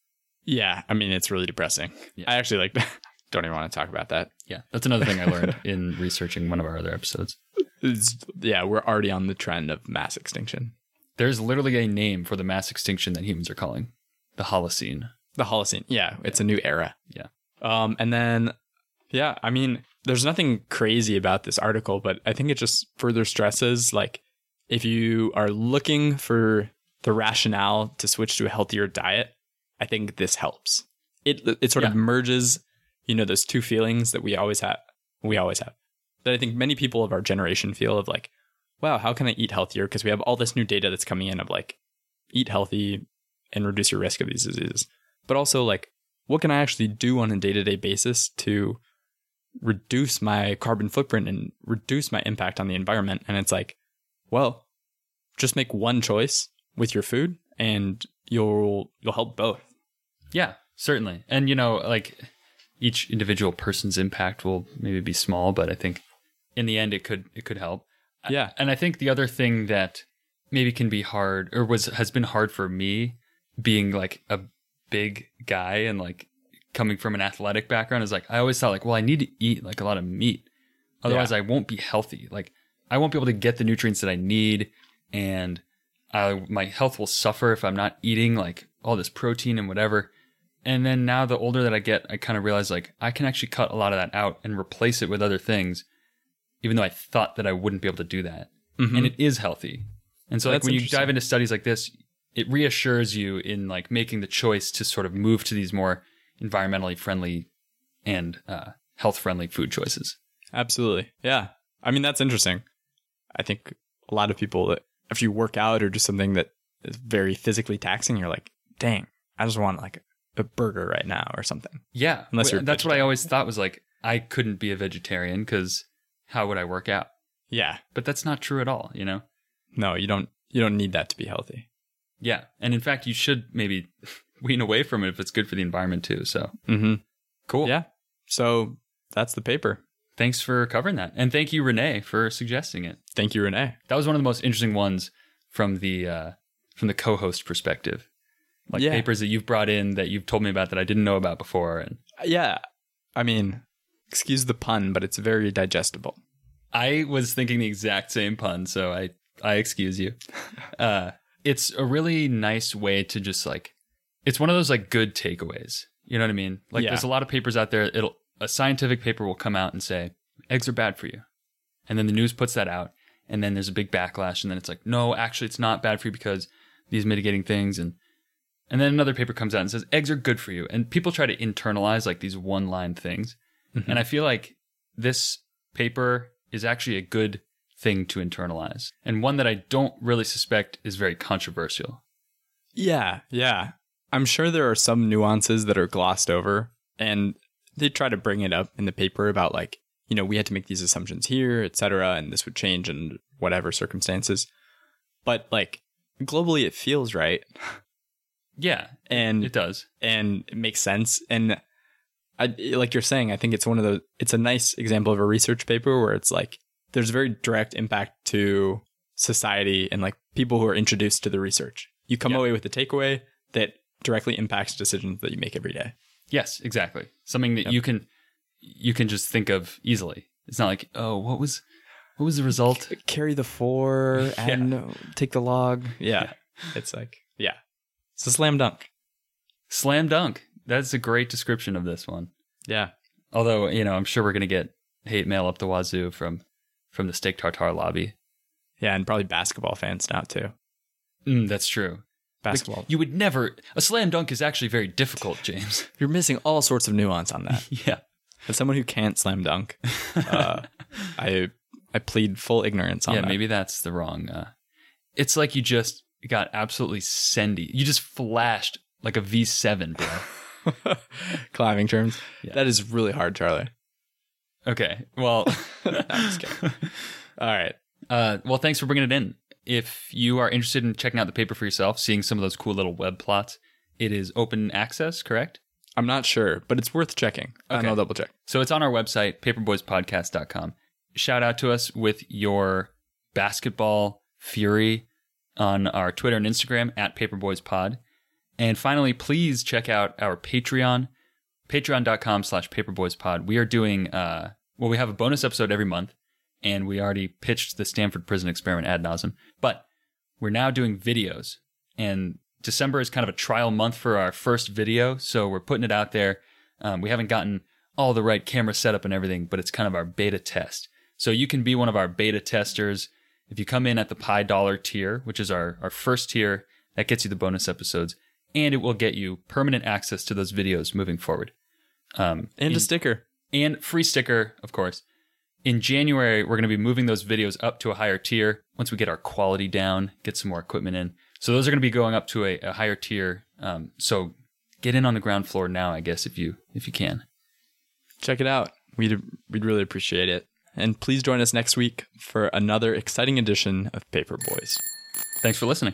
S1: Yeah, I mean it's really depressing.
S2: Yeah.
S1: I actually like [laughs] don't even want to talk about that.
S2: [laughs] Yeah, that's another thing I learned in researching one of our other episodes.
S1: It's, yeah, we're already on the trend of mass extinction.
S2: There's literally a name for the mass extinction that humans are calling the Holocene.
S1: The Holocene. Yeah, it's a new era.
S2: Yeah.
S1: Um, and then, yeah, I mean, there's nothing crazy about this article, but I think it just further stresses like if you are looking for the rationale to switch to a healthier diet, I think this helps. It it sort of
S2: Yeah.
S1: merges, you know, those two feelings that we always have. We always have that I think many people of our generation feel of like, wow, how can I eat healthier? Because we have all this new data that's coming in of like, eat healthy and reduce your risk of these diseases. But also like, what can I actually do on a day to day basis to reduce my carbon footprint and reduce my impact on the environment? And it's like, well, just make one choice with your food and you'll you'll help both.
S2: Yeah, certainly. And you know, like each individual person's impact will maybe be small, but I think in the end it could it could help. I-
S1: Yeah.
S2: And I think the other thing that maybe can be hard or was has been hard for me being like a big guy and like coming from an athletic background is like I always thought like, well, I need to eat like a lot of meat. Otherwise I won't be healthy. Like I won't be able to get the nutrients that I need and I, my health will suffer if I'm not eating like all this protein and whatever. And then now the older that I get, I kind of realize like I can actually cut a lot of that out and replace it with other things, even though I thought that I wouldn't be able to do that.
S1: Mm-hmm.
S2: And it is healthy. And so like
S1: That's
S2: when you
S1: interesting.
S2: dive into studies like this, it reassures you in like making the choice to sort of move to these more environmentally friendly and uh, health friendly food choices.
S1: Absolutely. Yeah. I mean, that's interesting. I think a lot of people that if you work out or do something that is very physically taxing, you're like, dang, I just want like a burger right now or something.
S2: Yeah,
S1: Unless
S2: wh-
S1: you're a
S2: that's what I always thought was like I couldn't be a vegetarian because how would I work out?
S1: Yeah.
S2: But that's not true at all, you know.
S1: No, you don't you don't need that to be healthy.
S2: Yeah, and in fact, you should maybe [laughs] wean away from it if it's good for the environment too. So
S1: Mm-hmm.
S2: cool.
S1: Yeah. So that's the paper.
S2: thanks for covering that, and thank you, Renee, for suggesting it.
S1: Thank you, Renee.
S2: That was one of the most interesting ones from the uh, from the co-host perspective, like
S1: Yeah.
S2: papers that you've brought in that you've told me about that I didn't know about before, and
S1: Yeah. I mean, excuse the pun, but it's very digestible.
S2: I was thinking the exact same pun, so I I excuse you. Uh, it's a really nice way to just like, it's one of those like good takeaways. You know what I mean? Like,
S1: Yeah.
S2: there's a lot of papers out there. It'll a scientific paper will come out and say eggs are bad for you, and then the news puts that out, and then there's a big backlash, and then it's like, no, actually, it's not bad for you because these mitigating things, and and then another paper comes out and says eggs are good for you, and people try to internalize like these one line things, and I feel like this paper is actually a good thing to internalize and one that I don't really suspect is very controversial.
S1: Yeah, yeah. I'm sure there are some nuances that are glossed over, and they try to bring it up in the paper about like, you know, we had to make these assumptions here, et cetera, and this would change in whatever circumstances. But like globally, it feels right,
S2: Yeah,
S1: and
S2: it does.
S1: and it makes sense. And I, like you're saying, I think it's one of the it's a nice example of a research paper where it's like there's very direct impact to society and like people who are introduced to the research. You come
S2: Yeah.
S1: away with a takeaway that directly impacts decisions that you make every day.
S2: Yes, exactly. Something that you can you can just think of easily. It's not like, "Oh, what was what was the result?"
S1: Carry the [laughs] four
S2: and
S1: take the log. Yeah. It's like, yeah. It's a slam dunk.
S2: Slam dunk. That's a great description of this one.
S1: Yeah.
S2: Although, you know, I'm sure we're going to get hate mail up the wazoo from from the steak tartare lobby.
S1: Yeah. And probably basketball fans now too.
S2: Mm, that's true. Like,
S1: Basketball.
S2: you would never a slam dunk is actually very difficult, James. [laughs]
S1: You're missing all sorts of nuance on that.
S2: yeah.
S1: As someone who can't slam dunk,
S2: [laughs]
S1: uh, I I plead full ignorance on
S2: yeah,
S1: that.
S2: maybe that's the wrong. Uh, it's like you just got absolutely sendy. You just flashed like a V7,
S1: [laughs]
S2: bro.
S1: Climbing terms.
S2: Yeah.
S1: That is really hard, Charlie.
S2: okay. Well,
S1: [laughs] I'm just kidding. All right.
S2: [laughs] uh, well, thanks for bringing it in. If you are interested in checking out the paper for yourself, seeing some of those cool little web plots, it is open access, correct?
S1: I'm not sure, but it's worth checking. And
S2: Okay.
S1: I'll double check.
S2: So it's on our website, paperboyspodcast.com. Shout out to us with your basketball fury on our Twitter and Instagram at paperboyspod. And finally, please check out our Patreon, patreon.com slash paperboyspod. We are doing, uh, well, we have a bonus episode every month and we already pitched the Stanford prison experiment ad nauseum. But we're now doing videos, and December is kind of a trial month for our first video, so we're putting it out there. Um, we haven't gotten all the right camera setup and everything, but it's kind of our beta test. So you can be one of our beta testers. If you come in at the Pi Dollar tier, which is our, our first tier, that gets you the bonus episodes, and it will get you permanent access to those videos moving forward. Um,
S1: and
S2: in-
S1: a sticker.
S2: and free sticker, of course. In January, we're going to be moving those videos up to a higher tier once we get our quality down, get some more equipment in. So those are going to be going up to a, a higher tier. Um, so get in on the ground floor now, I guess, if you if you can.
S1: Check it out. We'd we'd really appreciate it. And please join us next week for another exciting edition of Paper Boys.
S2: Thanks for listening.